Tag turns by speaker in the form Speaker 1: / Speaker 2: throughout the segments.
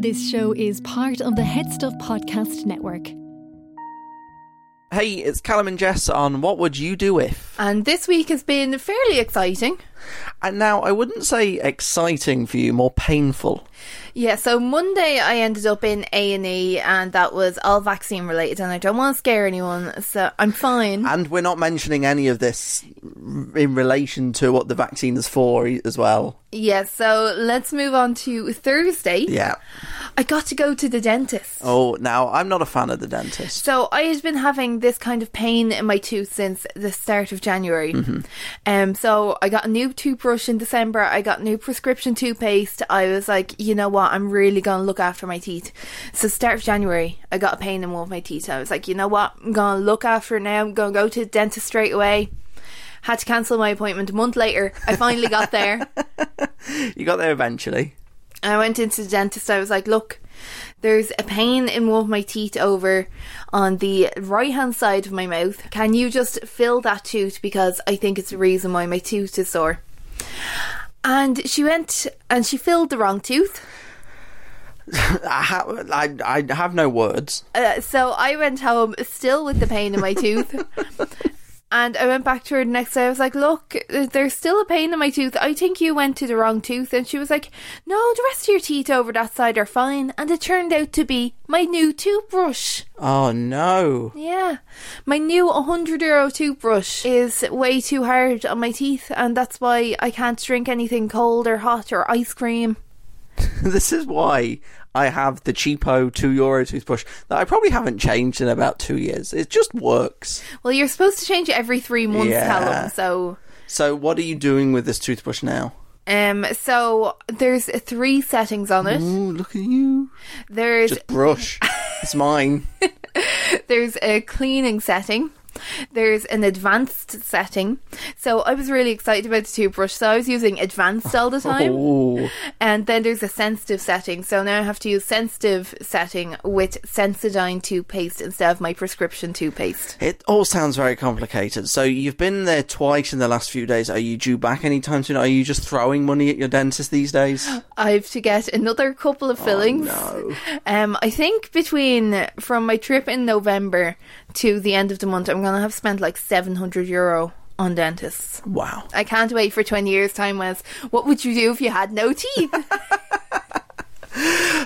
Speaker 1: This show is part of the Head Stuff Podcast Network.
Speaker 2: Hey, it's Callum and Jess on What Would You Do If?
Speaker 3: And this week has been fairly exciting.
Speaker 2: And now, I wouldn't say exciting for you, more painful.
Speaker 3: Yeah, so Monday I ended up in A and E, and that was all vaccine related. And I don't want to scare anyone, so I'm fine.
Speaker 2: And we're not mentioning any of this in relation to what the vaccine is for e, as well.
Speaker 3: yeah, so let's move on to Thursday.
Speaker 2: Yeah.
Speaker 3: I got to go to the dentist.
Speaker 2: Oh, now, I'm not a fan of the dentist.
Speaker 3: So I had been having this kind of pain in my tooth since the start of January. Um, so I got a new toothbrush in December. I got new prescription toothpaste. I was like, you know what? I'm really gonna look after my teeth. So start of January, I got a pain in one of my teeth. I was like, you know what? I'm gonna look after it now. I'm gonna go to the dentist straight away. Had to cancel my appointment a month later. I finally got there.
Speaker 2: You got there eventually.
Speaker 3: I went into the dentist. I was like, look, there's a pain in one of my teeth over on the right hand side of my mouth. Can you just fill that tooth because I think it's the reason why my tooth is sore? And she went and she filled the wrong tooth.
Speaker 2: I, ha- I, I have no words.
Speaker 3: Uh, so I went home still with the pain in my tooth. And I went back to her the next day. I was like, "Look, there's still a pain in my tooth. I think you went to the wrong tooth." And she was like, "No, the rest of your teeth over that side are fine." And it turned out to be my new toothbrush.
Speaker 2: Oh, no.
Speaker 3: Yeah, my new 100 euro toothbrush is way too hard on my teeth, and that's why I can't drink anything cold or hot or ice cream.
Speaker 2: this is why I have the cheapo two euro toothbrush that I probably haven't changed in about two years. It just works.
Speaker 3: Well, you're supposed to change it every three months,
Speaker 2: Yeah.
Speaker 3: Callum. So
Speaker 2: So, what are you doing with this toothbrush now?
Speaker 3: Um, so there's three settings on it.
Speaker 2: Oh, look at you.
Speaker 3: There's
Speaker 2: Just brush. it's mine.
Speaker 3: there's a cleaning setting. There's an advanced setting. So I was really excited about the toothbrush, so I was using advanced all the time.
Speaker 2: Oh,
Speaker 3: And then there's a sensitive setting. So now I have to use sensitive setting with Sensodyne toothpaste instead of my prescription toothpaste.
Speaker 2: it all sounds very complicated. So you've been there twice in the last few days. Are you due back anytime soon? Are you just throwing money at your dentist these days?
Speaker 3: I have to get another couple of fillings.
Speaker 2: no.
Speaker 3: Um, I think between from my trip in November to the end of the month, I'm gonna have spent like 700 euro on dentists.
Speaker 2: Wow.
Speaker 3: I can't wait for 20 years' time. Was what would you do if you had no teeth?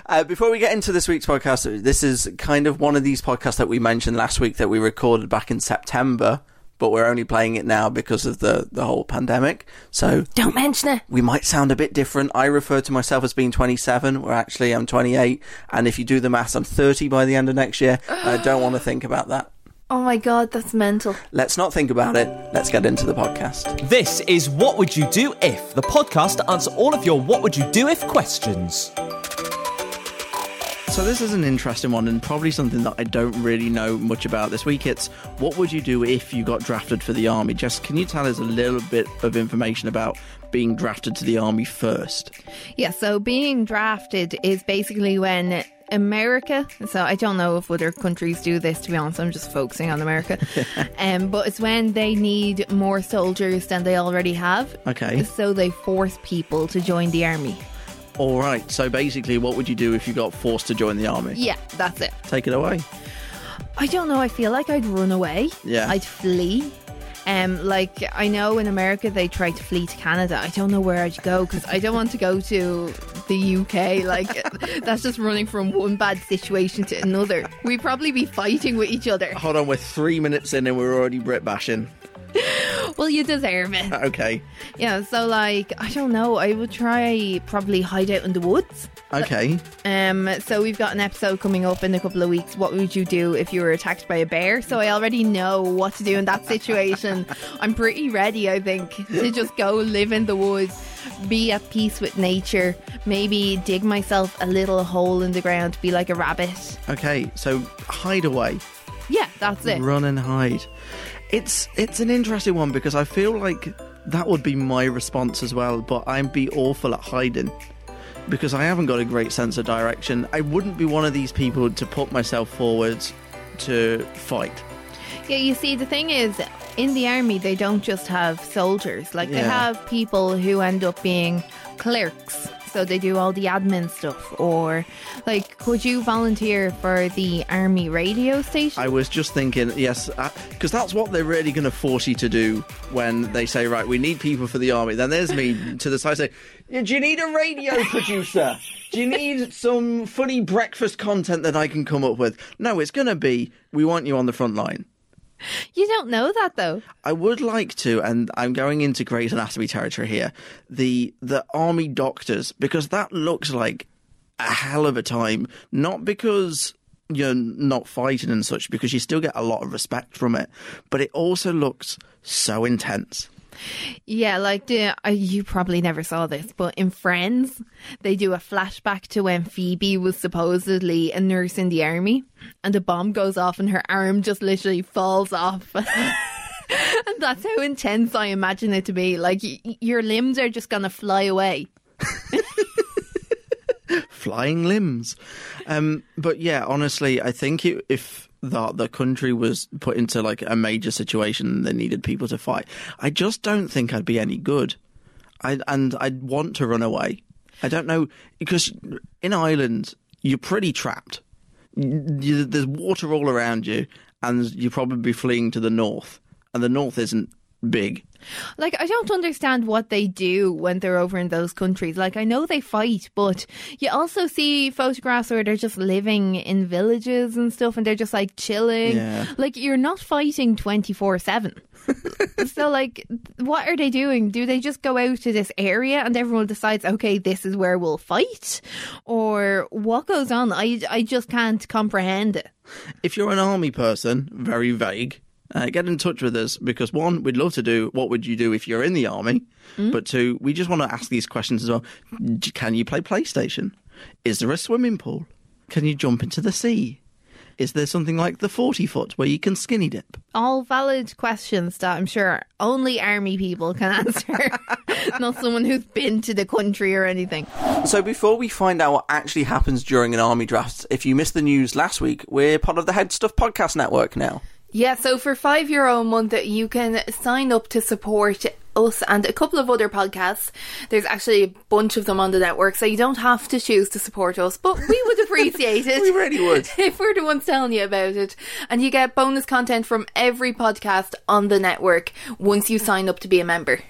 Speaker 2: Uh, before we get into this week's podcast, this is kind of one of these podcasts that we mentioned last week that we recorded back in September, but we're only playing it now because of the, the whole pandemic. So
Speaker 3: Don't mention it.
Speaker 2: we might sound a bit different. I refer to myself as being 27, where actually I'm 28. And if you do the maths, I'm 30 by the end of next year. I don't want to think about that.
Speaker 3: Oh my god, that's mental.
Speaker 2: Let's not think about it. Let's get into the podcast.
Speaker 4: This is What Would You Do If, the podcast to answer all of your What Would You Do If questions.
Speaker 2: So, this is an interesting one and probably something that I don't really know much about this week. It's what would you do if you got drafted for the army? Jess, can you tell us a little bit of information about being drafted to the army first?
Speaker 5: Yeah, so being drafted is basically when America, so I don't know if other countries do this to be honest, I'm just focusing on America. um, but it's when they need more soldiers than they already have.
Speaker 2: Okay.
Speaker 5: So they force people to join the army.
Speaker 2: All right. So, basically, what would you do if you got forced to join the army?
Speaker 5: Yeah, that's it.
Speaker 2: Take it away.
Speaker 5: I don't know, I feel like I'd run away.
Speaker 2: Yeah.
Speaker 5: I'd flee. Um, like I know in America they try to flee to Canada. I don't know where I'd go because I don't want to go to the UK. Like that's just running from one bad situation to another. We'd probably be fighting with each other.
Speaker 2: Hold on, we're three minutes in and we're already Brit bashing.
Speaker 5: Well, you deserve it.
Speaker 2: Okay.
Speaker 5: Yeah. So like I don't know. I would try probably hide out in the woods.
Speaker 2: Okay.
Speaker 5: Um, so we've got an episode coming up in a couple of weeks. What would you do if you were attacked by a bear? So I already know what to do in that situation. I'm pretty ready, I think, to just go live in the woods, be at peace with nature, maybe dig myself a little hole in the ground, be like a rabbit.
Speaker 2: Okay. So hide away.
Speaker 5: Yeah, that's it.
Speaker 2: Run and hide. It's it's an interesting one because I feel like that would be my response as well, but I'd be awful at hiding. Because I haven't got a great sense of direction. I wouldn't be one of these people to put myself forward to fight.
Speaker 5: Yeah, you see, the thing is, in the army, they don't just have soldiers. Like, they
Speaker 2: Yeah.
Speaker 5: have people who end up being clerks. so they do all the admin stuff. Or, like, could you volunteer for the army radio station?
Speaker 2: I was just thinking, yes, because that's what they're really going to force you to do when they say, right, we need people for the army. Then there's me to the side saying, "Yeah, do you need a radio producer? Do you need some funny breakfast content that I can come up with? No, it's going to be, we want you on the front line.
Speaker 5: you don't know that though.
Speaker 2: I would like to, and I'm going into Grey's Anatomy territory here. The the army doctors, because that looks like a hell of a time. Not because you're not fighting and such, because you still get a lot of respect from it, but it also looks so intense.
Speaker 5: Yeah, like the, uh, you probably never saw this, but in Friends, they do a flashback to when Phoebe was supposedly a nurse in the army, and a bomb goes off, and her arm just literally falls off. and that's how intense I imagine it to be. Like y- y- your limbs are just gonna fly away.
Speaker 2: flying limbs. Um, but yeah, honestly, I think it, if the the country was put into like a major situation and they needed people to fight, I just don't think I'd be any good. I and I'd want to run away. I don't know because in Ireland you're pretty trapped. You, there's water all around you, and you're probably fleeing to the north, and the north isn't big.
Speaker 5: Like, I don't understand what they do when they're over in those countries. Like, I know they fight, but you also see photographs where they're just living in villages and stuff and they're just like chilling.
Speaker 2: Yeah.
Speaker 5: Like, you're not fighting 24 7. so, like, what are they doing? Do they just go out to this area and everyone decides, okay, this is where we'll fight? Or what goes on? I, I just can't comprehend it.
Speaker 2: If you're an army person, very vague, uh, get in touch with us because one, we'd love to do what would you do if you're in the army, but two, we just want to ask these questions as well. D- Can you play PlayStation? Is there a swimming pool? Can you jump into the sea? Is there something like the 40 foot where you can skinny dip?
Speaker 5: all valid questions that I'm sure only army people can answer, not someone who's been to the country or anything.
Speaker 2: So, before we find out what actually happens during an army draft, if you missed the news last week, we're part of the Head Stuff Podcast Network now.
Speaker 3: Yeah, so for five euro a month, you can sign up to support us and a couple of other podcasts. There's actually a bunch of them on the network, so you don't have to choose to support us, but we would appreciate it.
Speaker 2: We really would.
Speaker 3: If we're the ones telling you about it. And you get bonus content from every podcast on the network once you sign up to be a member.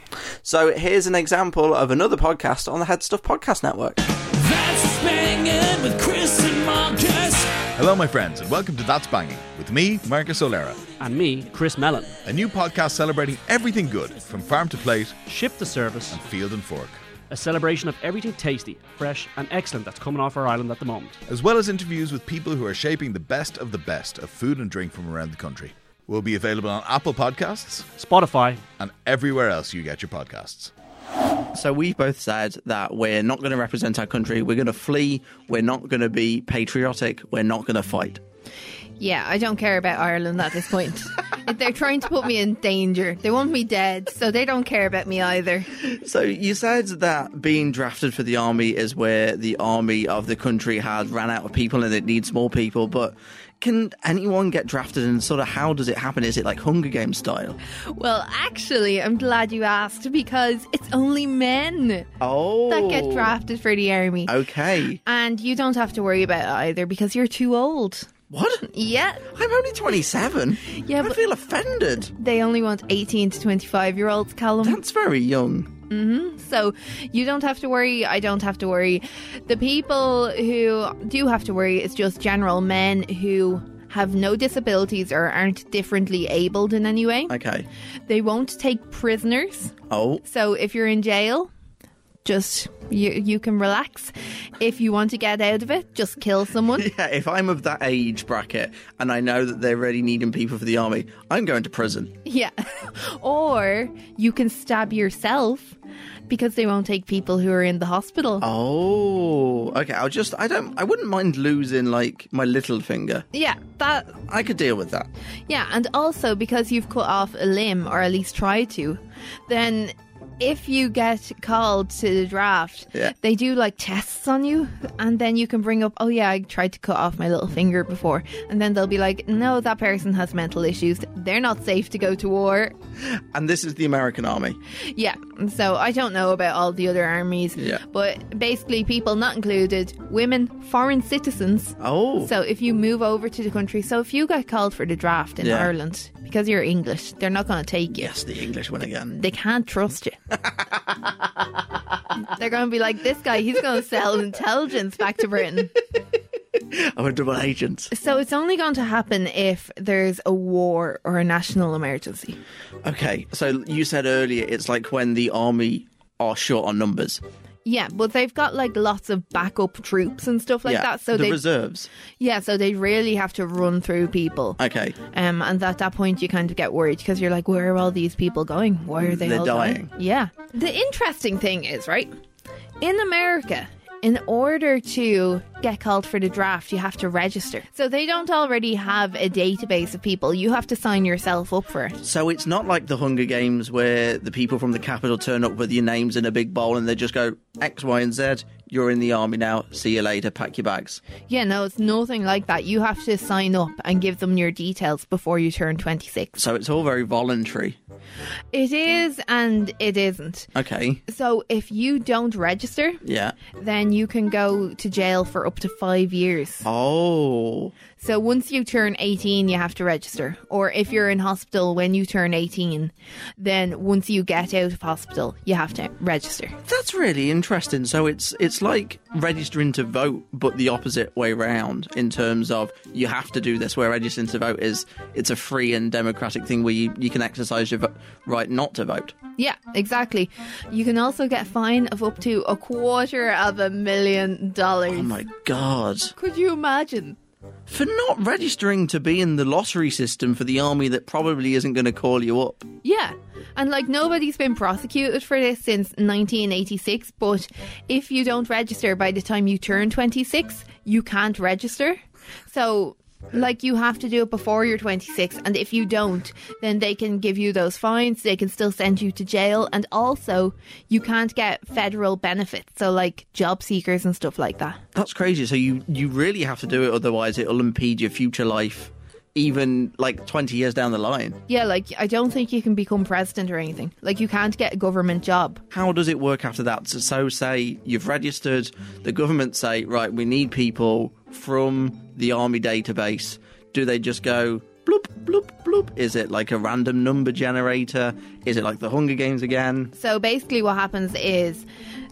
Speaker 2: So, here's an example of another podcast on the Head Stuff Podcast Network.
Speaker 6: That's banging with Chris and Marcus.
Speaker 7: Hello, my friends, and welcome to That's Banging with me, Marcus Solera,
Speaker 8: And me, Chris Mellon.
Speaker 7: a new podcast celebrating everything good from farm to plate,
Speaker 8: Ship the Service,
Speaker 7: field and fork,
Speaker 8: a celebration of everything tasty, fresh, and excellent that's coming off our island at the moment.
Speaker 7: as well as interviews with people who are shaping the best of the best of food and drink from around the country. We'll be available on Apple Podcasts
Speaker 8: Spotify,
Speaker 7: and everywhere else you get your podcasts.
Speaker 2: So we both said that we're not going to represent our country. We're going to flee. We're not going to be patriotic. We're not going to fight.
Speaker 5: Yeah, I don't care about Ireland at this point. If They're trying to put me in danger. They want me dead, so they don't care about me either.
Speaker 2: So you said that being drafted for the army is where the army of the country has ran out of people and it needs more people, but. Can anyone get drafted and sort of how does it happen? Is it like Hunger Games style?
Speaker 5: Well, actually, I'm glad you asked because it's only men
Speaker 2: Oh.
Speaker 5: that get drafted for the army.
Speaker 2: Okay.
Speaker 5: And you don't have to worry about it either because you're too old.
Speaker 2: What?
Speaker 5: Yeah,
Speaker 2: I'm only 27.
Speaker 5: Yeah,
Speaker 2: I
Speaker 5: but-
Speaker 2: feel offended.
Speaker 5: they only want 18 to 25 year olds, Callum.
Speaker 2: That's very young.
Speaker 5: So you don't have to worry. I don't have to worry. The people who do have to worry is just general men who have no disabilities or aren't differently abled in any way.
Speaker 2: Okay.
Speaker 5: They won't take prisoners.
Speaker 2: Oh.
Speaker 5: So if you're in jail, just you you can relax. If you want to get out of it, just kill someone.
Speaker 2: Yeah, if I'm of that age bracket and I know that they're really needing people for the army, I'm going to prison.
Speaker 5: yeah. or you can stab yourself because they won't take people who are in the hospital.
Speaker 2: Ah. Oh, okay. I'll just, I don't, I wouldn't mind losing like my little finger.
Speaker 5: Yeah, that
Speaker 2: I could deal with that.
Speaker 5: Yeah, and also because you've cut off a limb, or at least tried to, then if you get called to the draft,
Speaker 2: Yeah.
Speaker 5: they do like tests on you, and then you can bring up, oh yeah, I tried to cut off my little finger before, and then they'll be like, no, that person has mental issues. They're not safe to go to war.
Speaker 2: And this is the American army.
Speaker 5: Yeah, so I don't know about all the other armies,
Speaker 2: Yeah.
Speaker 5: but basically, people not included, women, foreign citizens.
Speaker 2: Oh.
Speaker 5: So if you move over to the country, so if you got called for the draft in
Speaker 2: Yeah.
Speaker 5: Ireland because you're English, they're not going to take you.
Speaker 2: yes, the English win again.
Speaker 5: They can't trust you. they're going to be like, this guy, he's going to sell intelligence back to Britain.
Speaker 2: I'm a double agent.
Speaker 5: So it's only going to happen if there's a war or a national emergency.
Speaker 2: Okay, so you said earlier it's like when the army are short on numbers.
Speaker 5: Yeah, but they've got like lots of backup troops and stuff like
Speaker 2: yeah,
Speaker 5: that. So
Speaker 2: the
Speaker 5: they
Speaker 2: reserves.
Speaker 5: Yeah, so they really have to run through people.
Speaker 2: Okay,
Speaker 5: Um, and at that point, you kind of get worried because you're like, where are all these people going? Why are they
Speaker 2: They're
Speaker 5: all
Speaker 2: dying.
Speaker 5: Yeah. The interesting thing is, right, in America, in order to get called for the draft, you have to register. So they don't already have a database of people. You have to sign yourself up for it.
Speaker 2: so it's not like the Hunger Games where the people from the capital turn up with your names in a big bowl and they just go X, Y, and Z. You're in the army now. See you later. Pack your bags.
Speaker 5: Yeah, no, it's nothing like that. You have to sign up and give them your details before you turn 26.
Speaker 2: So it's all very voluntary.
Speaker 5: It is and it isn't.
Speaker 2: Okay,
Speaker 5: So if you don't register,
Speaker 2: yeah.
Speaker 5: then you can go to jail for up to five years.
Speaker 2: Oh,
Speaker 5: So once you turn 18, you have to register. Or if you're in hospital when you turn 18, then once you get out of hospital, you have to register.
Speaker 2: that's really interesting. So it's it's like registering to vote, but the opposite way round in terms of you have to do this. Where registering to vote is it's a free and democratic thing where you, you can exercise your vo- right not to vote. Oh
Speaker 5: Yeah, exactly. You can also get a fine of up to a quarter of a million dollars.
Speaker 2: Oh my god!
Speaker 5: Could you imagine?
Speaker 2: For not registering to be in the lottery system for the army that probably isn't going to call you up.
Speaker 5: Yeah. And like nobody's been prosecuted for this since 1986, but if you don't register by the time you turn 26, you can't register. So like you have to do it before you're 26 and if you don't then they can give you those fines they can still send you to jail and also you can't get federal benefits so like job seekers and stuff like that
Speaker 2: That's crazy. So you you really have to do it, otherwise it'll impede your future life, even like twenty years down the line.
Speaker 5: yeah like i don't think you can become president or anything like you can't get a government job
Speaker 2: how does it work after that? So, so say you've registered, the government say, right, we need people from the army database. Do they just go bloop, bloop, bloop? Is it like a random number generator? Is it like the Hunger Games again?
Speaker 5: So basically, what happens is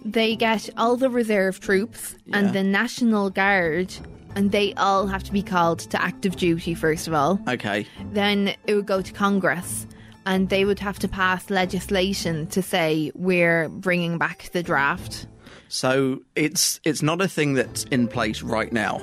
Speaker 5: they get all the reserve troops
Speaker 2: Yeah.
Speaker 5: and the National Guard, and they all have to be called to active duty, first of all.
Speaker 2: Okay.
Speaker 5: Then it would go to Congress, and they would have to pass legislation to say we're bringing back the draft.
Speaker 2: So it's it's not a thing that's in place right now.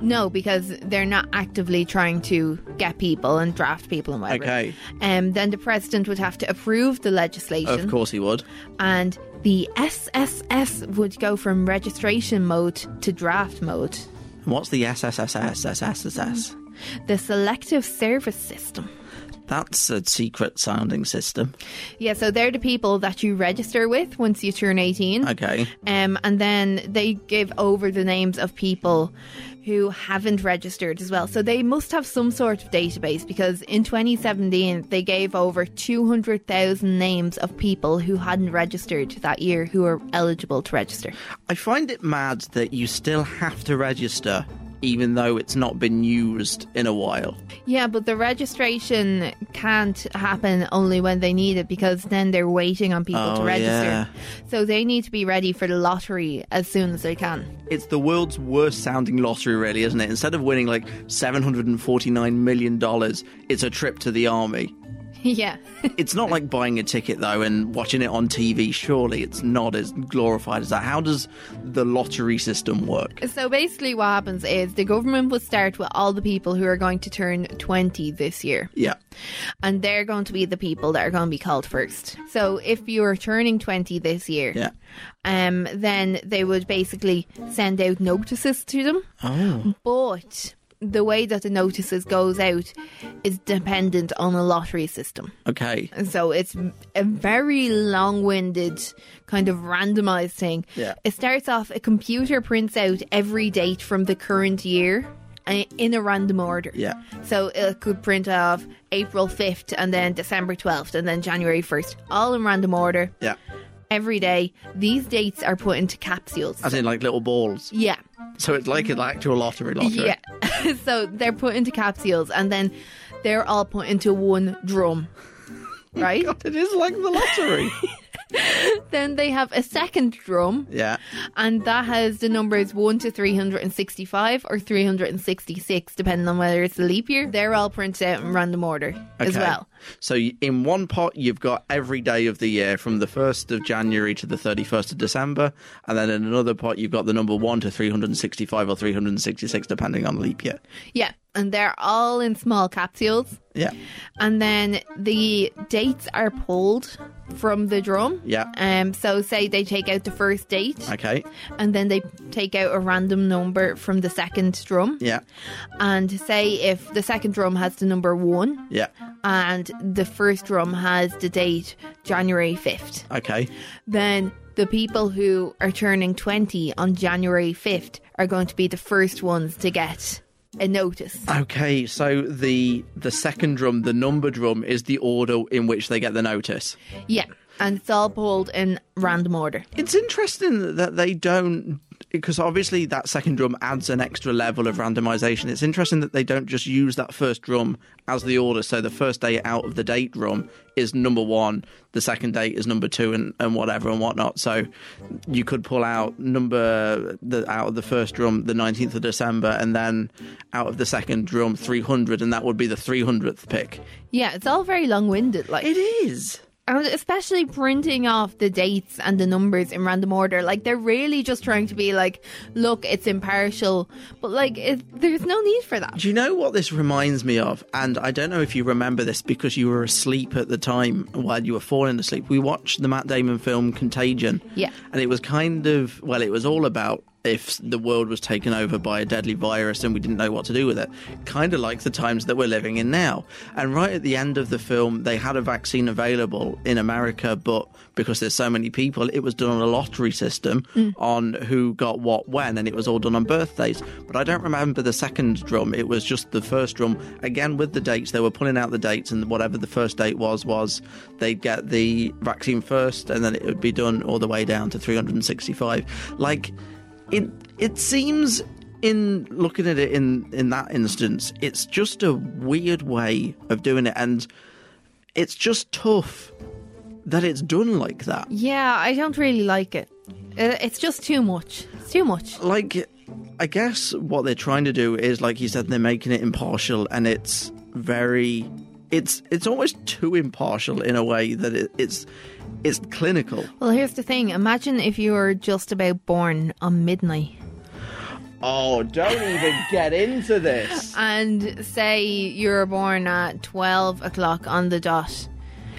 Speaker 5: No, because they're not actively trying to get people and draft people and whatever.
Speaker 2: Okay.
Speaker 5: Um, then the president would have to approve the legislation.
Speaker 2: Of course he would.
Speaker 5: and the SSS would go from registration mode to draft mode.
Speaker 2: And What's the SSSSSSSS?
Speaker 5: The selective service system.
Speaker 2: That's a secret sounding system.
Speaker 5: Yeah, so they're the people that you register with once you turn 18.
Speaker 2: Okay.
Speaker 5: Um, and then they give over the names of people who haven't registered as well. So they must have some sort of database because in 2017 they gave over 200,000 names of people who hadn't registered that year who are eligible to register.
Speaker 2: I find it mad that you still have to register even though it's not been used in a while.
Speaker 5: Yeah, but the registration can't happen only when they need it because then they're waiting on people
Speaker 2: Oh,
Speaker 5: to register.
Speaker 2: yeah.
Speaker 5: So they need to be ready for the lottery as soon as they can.
Speaker 2: It's the world's worst sounding lottery, really, isn't it? Instead of winning like $749 million, it's a trip to the army.
Speaker 5: yeah.
Speaker 2: It's not like buying a ticket, though, and watching it on TV. Surely it's not as glorified as that. How does the lottery system work?
Speaker 5: so basically, what happens is the government will start with all the people who are going to turn 20 this year.
Speaker 2: Yeah.
Speaker 5: And they're going to be the people that are going to be called first. So if you're turning 20 this year,
Speaker 2: Yeah.
Speaker 5: um, then they would basically send out notices to them.
Speaker 2: Oh.
Speaker 5: But
Speaker 3: the way that the notices goes out is dependent on a lottery system.
Speaker 2: Okay.
Speaker 3: And so it's a very long-winded kind of randomized thing.
Speaker 2: Yeah.
Speaker 3: It starts off a computer prints out every date from the current year uh, in a random order.
Speaker 2: Yeah.
Speaker 3: So it could print off April 5th and then December 12th and then January 1st, all in random order.
Speaker 2: Yeah.
Speaker 3: Every day, these dates are put into capsules.
Speaker 2: As in like little balls.
Speaker 3: yeah.
Speaker 2: So it's like an actual lottery lottery.
Speaker 3: Yeah. so they're put into capsules and then they're all put into one drum. Right?
Speaker 2: It is like the lottery.
Speaker 3: then they have a second drum
Speaker 2: yeah.
Speaker 3: and that has the numbers 1 to 365 or 366 depending on whether it's a leap year. They're all printed out in random order as
Speaker 2: Okay.
Speaker 3: well.
Speaker 2: So y- in one pot, you've got every day of the year from the 1st of January to the 31st of December. And then in another pot, you've got the number 1 to 365 or 366, depending on leap year.
Speaker 3: Yeah, and they're all in small capsules.
Speaker 2: Yeah.
Speaker 3: And then the dates are pulled from the drum.
Speaker 2: Yeah.
Speaker 3: Um so say they take out the first date
Speaker 2: Okay.
Speaker 3: and then they take out a random number from the second drum.
Speaker 2: Yeah.
Speaker 3: And say if the second drum has the number 1
Speaker 2: Yeah.
Speaker 3: and the first drum has the date January 5th,
Speaker 2: Okay.
Speaker 3: then the people who are turning 20 on January 5th are going to be the first ones to get a notice.
Speaker 2: Okay. So the the second drum, the number drum, is the order in which they get the notice.
Speaker 3: Yeah, and it's all pulled in random order.
Speaker 2: It's interesting that they don't, because obviously that second drum adds an extra level of randomization. It's interesting that they don't just use that first drum as the order. So the first day out of the date drum is number one, the second date is number two, and, and whatever and whatnot. So you could pull out number the, out of the first drum, the 19th of December, and then out of the second drum, 300, and that would be the 300th pick.
Speaker 3: Yeah, it's all very long-winded, like,
Speaker 2: It is.
Speaker 3: and especially printing off the dates and the numbers in random order. Like they're really just trying to be like, look, it's impartial, but like, it, there's no need for that.
Speaker 2: Do you know what this reminds me of? And I don't know if you remember this because you were asleep at the time while you were falling asleep. We watched the Matt Damon film Contagion.
Speaker 3: Yeah.
Speaker 2: And it was kind of, well, it was all about if the world was taken over by a deadly virus and we didn't know what to do with it. Kind of like the times that we're living in now. And right at the end of the film, they had a vaccine available in America, but because there's so many people, it was done on a lottery system on who got what when, and it was all done on birthdays. But I don't remember the second drum. It was just the first drum, again with the dates. They were pulling out the dates, and whatever the first date was, was they'd get the vaccine first, and then it would be done all the way down to 365. Like, it it seems in looking at it in in that instance it's just a weird way of doing it and it's just tough that it's done like that
Speaker 3: Yeah, I don't really like it. Uh, It's just too much. It's too much.
Speaker 2: like i guess what they're trying to do is like you said they're making it impartial and it's very it's it's almost too impartial in a way that it, it's it's clinical
Speaker 3: Well, here's the thing. Imagine if you were just about born on midnight
Speaker 2: oh don't even get into this
Speaker 3: and say you were born at 12 o'clock on the dot.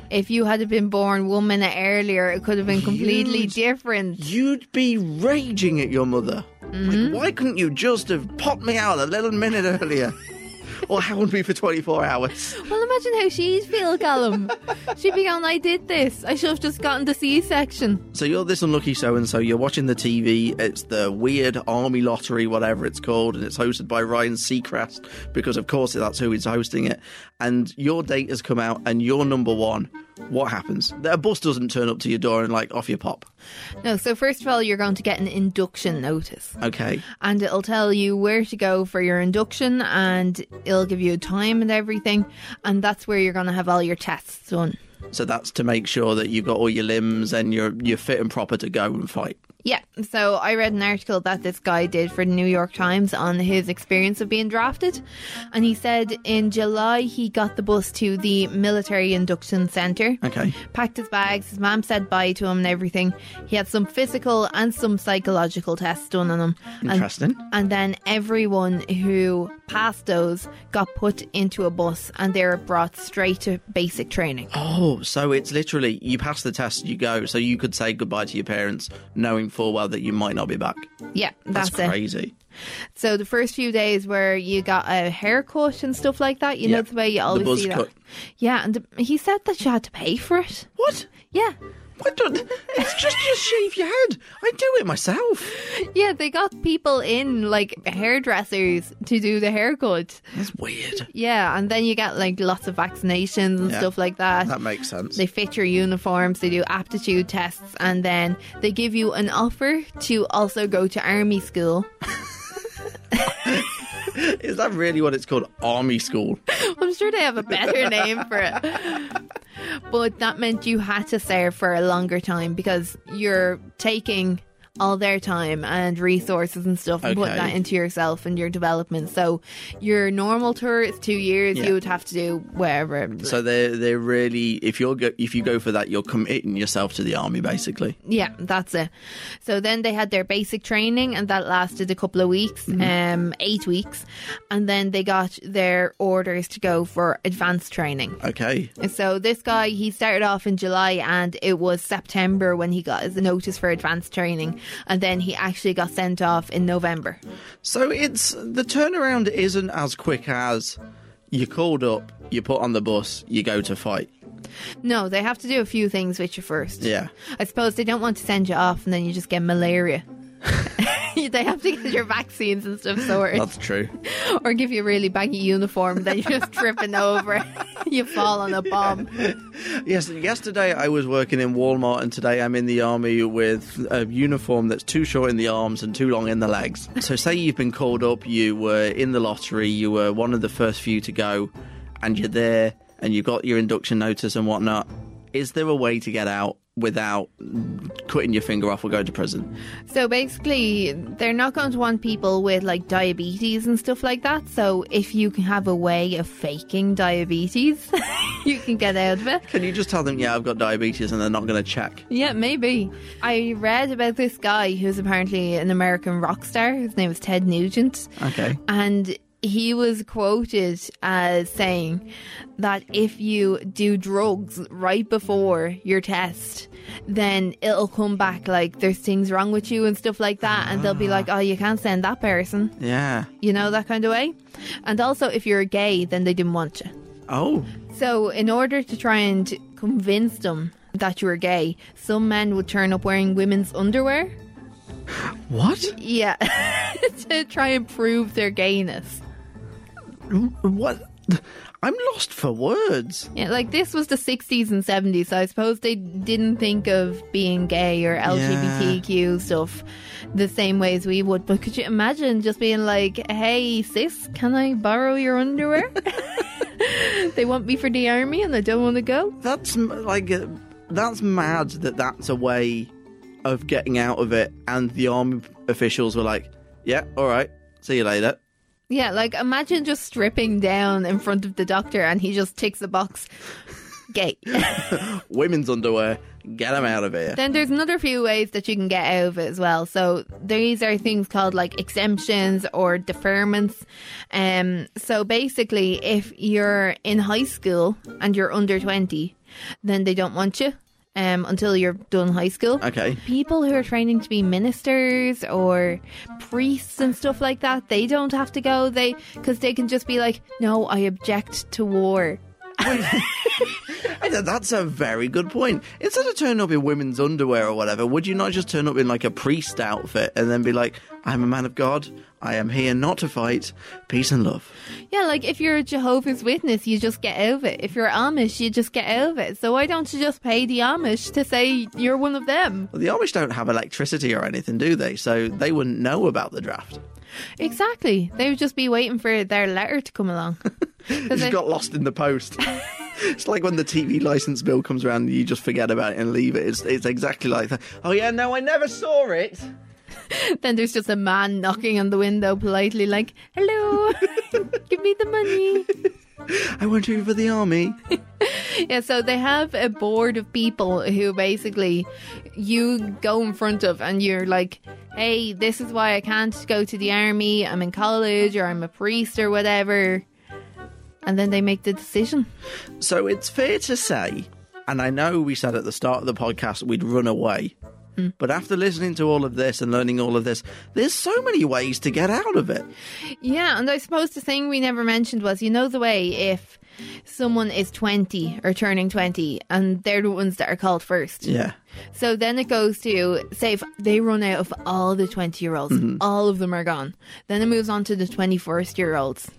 Speaker 3: If you had been born one minute earlier, it could have been completely
Speaker 2: Huge.
Speaker 3: different.
Speaker 2: You'd be raging at your mother. Like, why couldn't you just have popped me out a little minute earlier? or hound me for 24 hours?
Speaker 3: Well, imagine how she'd feel, Callum. She'd be going, I did this. I should have just gotten the C section.
Speaker 2: So you're this unlucky so and so, you're watching the TV, it's the weird army lottery, whatever it's called, and it's hosted by Ryan Seacrest because, of course, that's who is hosting it. And your date has come out and you're number one. What happens? A bus doesn't turn up to your door and, like, off you pop.
Speaker 3: No, so first of all, you're going to get an induction notice.
Speaker 2: Okay.
Speaker 3: and it'll tell you where to go for your induction and it'll give you a time and everything and that's where you're going to have all your tests done
Speaker 2: So that's to make sure that you've got all your limbs and you're, you're fit and proper to go and fight.
Speaker 3: yeah so i read an article that this guy did for the new york times on his experience of being drafted and he said in july he got the bus to the military induction center
Speaker 2: Okay.
Speaker 3: packed his bags his mom said bye to him and everything he had some physical and some psychological tests done on him and
Speaker 2: Interesting.
Speaker 3: and then everyone who passed those got put into a bus and they were brought straight to basic training.
Speaker 2: Oh, so it's literally you pass the test, you go. So you could say goodbye to your parents, knowing full well that you might not be back.
Speaker 5: Yeah,
Speaker 2: That's,
Speaker 5: that's, it.
Speaker 2: crazy.
Speaker 5: So the first few days where you got a haircut and stuff like that, you
Speaker 2: Yeah,
Speaker 5: know the way you
Speaker 2: the
Speaker 5: always
Speaker 2: buzz
Speaker 5: see that.
Speaker 2: cut.
Speaker 5: Yeah, and the, he said that you had to pay for it.
Speaker 2: What?
Speaker 5: Yeah,
Speaker 2: I don't. It's just you shave your head. I do it myself.
Speaker 5: yeah, they got people in like hairdressers to do the haircut.
Speaker 2: That's weird.
Speaker 5: Yeah, and then you get like lots of vaccinations and
Speaker 2: Yeah.
Speaker 5: stuff like that.
Speaker 2: That makes sense.
Speaker 5: They fit your uniforms, they do aptitude tests, and then they give you an offer to also go to army school.
Speaker 2: Is that really what it's called? Army school.
Speaker 5: I'm sure they have a better name for it. But that meant you had to serve for a longer time because you're taking all their time and resources and stuff and putting
Speaker 2: Okay.
Speaker 5: that into yourself and your development. So your normal tour is two years,
Speaker 2: Yeah.
Speaker 5: you would have to do whatever.
Speaker 2: So they're they're really if you're go, if you go for that, you're committing yourself to the army basically.
Speaker 5: Yeah, that's it. So then they had their basic training, and that lasted a couple of weeks, um, eight weeks, and then they got their orders to go for advanced training.
Speaker 2: Okay.
Speaker 5: So this guy, he started off in July, and it was September when he got his notice for advanced training, and then he actually got sent off in November.
Speaker 2: So it's the turnaround isn't as quick as you called up, you put on the bus, you go to fight.
Speaker 5: No, they have to do a few things with you first.
Speaker 2: Yeah.
Speaker 5: I suppose they don't want to send you off, and then you just get malaria. they have to get your vaccines and stuff sorted.
Speaker 2: That's true.
Speaker 5: or give you a really baggy uniform then you're just tripping over you fall on a bomb
Speaker 2: Yes, yesterday I was working in Walmart and today I'm in the army with a uniform that's too short in the arms and too long in the legs. So say you've been called up, you were in the lottery, you were one of the first few to go and you're there and you got your induction notice and whatnot. Is there a way to get out without cutting your finger off or going to prison?
Speaker 5: so basically they're not going to want people with like diabetes and stuff like that so if you can have a way of faking diabetes you can get out of it
Speaker 2: Can you just tell them, yeah, I've got diabetes and they're not going to check?
Speaker 5: yeah maybe i read about this guy who's apparently an american rock star his name is ted nugent
Speaker 2: Okay.
Speaker 5: And he was quoted as saying that if you do drugs right before your test, then it'll come back like there's things wrong with you and stuff like that. And they'll be like, oh, you can't send that person,
Speaker 2: Yeah.
Speaker 5: you know, that kind of way. And also, if you're gay, then they didn't want you.
Speaker 2: Oh,
Speaker 5: So, in order to try and convince them that you were gay, some men would turn up wearing women's underwear.
Speaker 2: what?
Speaker 5: Yeah, to try and prove their gayness.
Speaker 2: What? I'm lost for words.
Speaker 5: Yeah, like this was the 60s and 70s, so I suppose they didn't think of being gay or LGBTQ stuff the same way as we would. But could you imagine just being like, hey, sis, can I borrow your underwear? they want me for the army and I don't want to go.
Speaker 2: That's m- like uh, that's mad that that's a way of getting out of it. And the army officials were like, "Yeah, all right, see you later."
Speaker 5: Yeah, like imagine just stripping down in front of the doctor and he just ticks the box. Gay.
Speaker 2: Women's underwear, get them out of here.
Speaker 5: Then there's another few ways that you can get out of it as well. So these are things called like exemptions or deferments. Um, so basically, if you're in high school and you're under 20, then they don't want you um, until you're done high school.
Speaker 2: Okay.
Speaker 5: People who are training to be ministers or priests and stuff like that, they don't have to go. They because they can just be like, no, I object to war.
Speaker 2: I th- That's a very good point. Instead of turning up in women's underwear or whatever, would you not just turn up in like a priest outfit and then be like, "I'm a man of God. I am here not to fight. Peace and love."
Speaker 5: Yeah, like if you're a Jehovah's Witness, you just get out of it. If you're Amish, you just get out of it. So why don't you just pay the Amish to say you're one of them?
Speaker 2: Well, the Amish don't have electricity or anything, do they? So they wouldn't know about the draft.
Speaker 5: Exactly. They would just be waiting for their letter to come along. 'Cause
Speaker 2: just
Speaker 5: they-
Speaker 2: got lost in the post. it's like when the TV license bill comes around, you just forget about it and leave it. It's, it's exactly like that. Oh yeah, no, I never saw it.
Speaker 5: then there's just a man knocking on the window politely, like, hello, give me the money.
Speaker 2: I went over for the army.
Speaker 5: Yeah, so they have a board of people who basically you go in front of and you're like, hey, this is why I can't go to the army. I'm in college or I'm a priest or whatever. And then they make the decision.
Speaker 2: So it's fair to say, and I know we said at the start of the podcast we'd run away, But after listening to all of this and learning all of this, there's so many ways to get out of it.
Speaker 5: Yeah, and I suppose the thing we never mentioned was you know the way if someone is 20 or turning 20 and they're the ones that are called first.
Speaker 2: Yeah.
Speaker 5: So then it goes to say if they run out of all the 20 year olds, all of them are gone. Then it moves on to the 21st year olds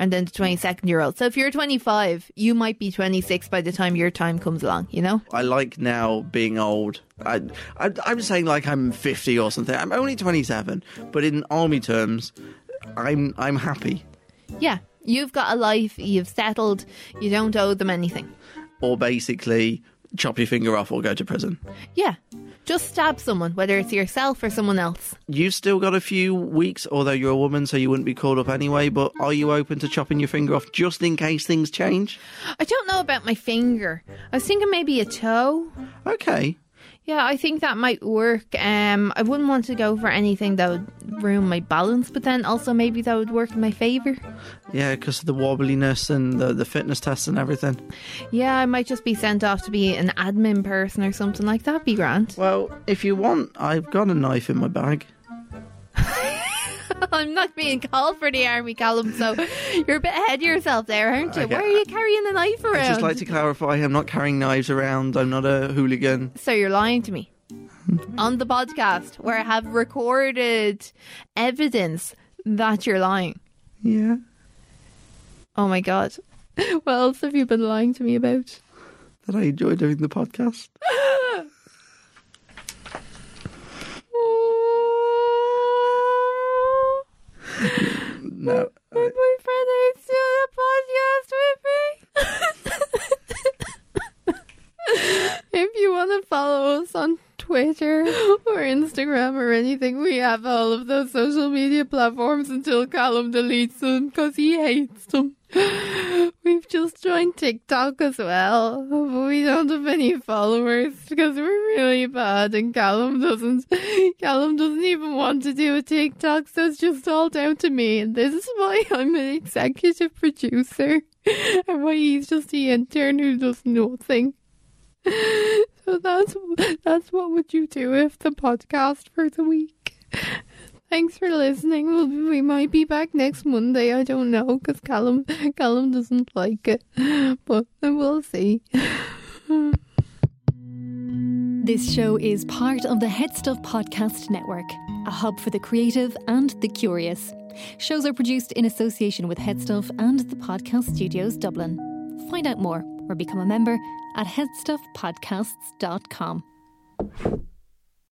Speaker 5: and then the 22nd year olds. So if you're 25, you might be 26 by the time your time comes along, you know?
Speaker 2: I like now being old. I, I, I'm saying like I'm 50 or something. I'm only 27, but in army terms, I'm I'm happy.
Speaker 5: Yeah. You've got a life, you've settled, you don't owe them anything.
Speaker 2: Or basically, chop your finger off or go to prison.
Speaker 5: Yeah. Just stab someone, whether it's yourself or someone else.
Speaker 2: You've still got a few weeks, although you're a woman, so you wouldn't be called up anyway. But are you open to chopping your finger off just in case things change?
Speaker 5: I don't know about my finger. I was thinking maybe a toe.
Speaker 2: Okay.
Speaker 5: Yeah, I think that might work. Um, I wouldn't want to go for anything that would ruin my balance, but then also maybe that would work in my favor.
Speaker 2: Yeah, because of the wobbliness and the, the fitness tests and everything.
Speaker 5: Yeah, I might just be sent off to be an admin person or something like that. Be grand.
Speaker 2: Well, if you want, I've got a knife in my bag.
Speaker 5: I'm not being called for the army, Callum. So you're a bit ahead of yourself there, aren't you?
Speaker 2: Okay.
Speaker 5: Why are you carrying a knife around?
Speaker 2: I'd just like to clarify I'm not carrying knives around, I'm not a hooligan.
Speaker 5: So you're lying to me. On the podcast where I have recorded evidence that you're lying.
Speaker 2: Yeah.
Speaker 5: Oh my god. What else have you been lying to me about?
Speaker 2: That I enjoy doing the podcast. No.
Speaker 5: My boyfriend hates doing a podcast with me. if you want to follow us on Twitter or Instagram or anything, we have all of those social media platforms until Callum deletes them because he hates them. We've just joined TikTok as well, but we don't have any followers because we're really bad and Callum doesn't Callum doesn't even want to do a TikTok, so it's just all down to me and this is why I'm an executive producer and why he's just the intern who does nothing. So that's that's what would you do if the podcast for the week. Thanks for listening. We'll, we might be back next Monday. I don't know because Callum Callum doesn't like it, but we'll see.
Speaker 1: This show is part of the Head Stuff Podcast Network, a hub for the creative and the curious. Shows are produced in association with Headstuff and the Podcast Studios Dublin. Find out more or become a member at headstuffpodcasts.com.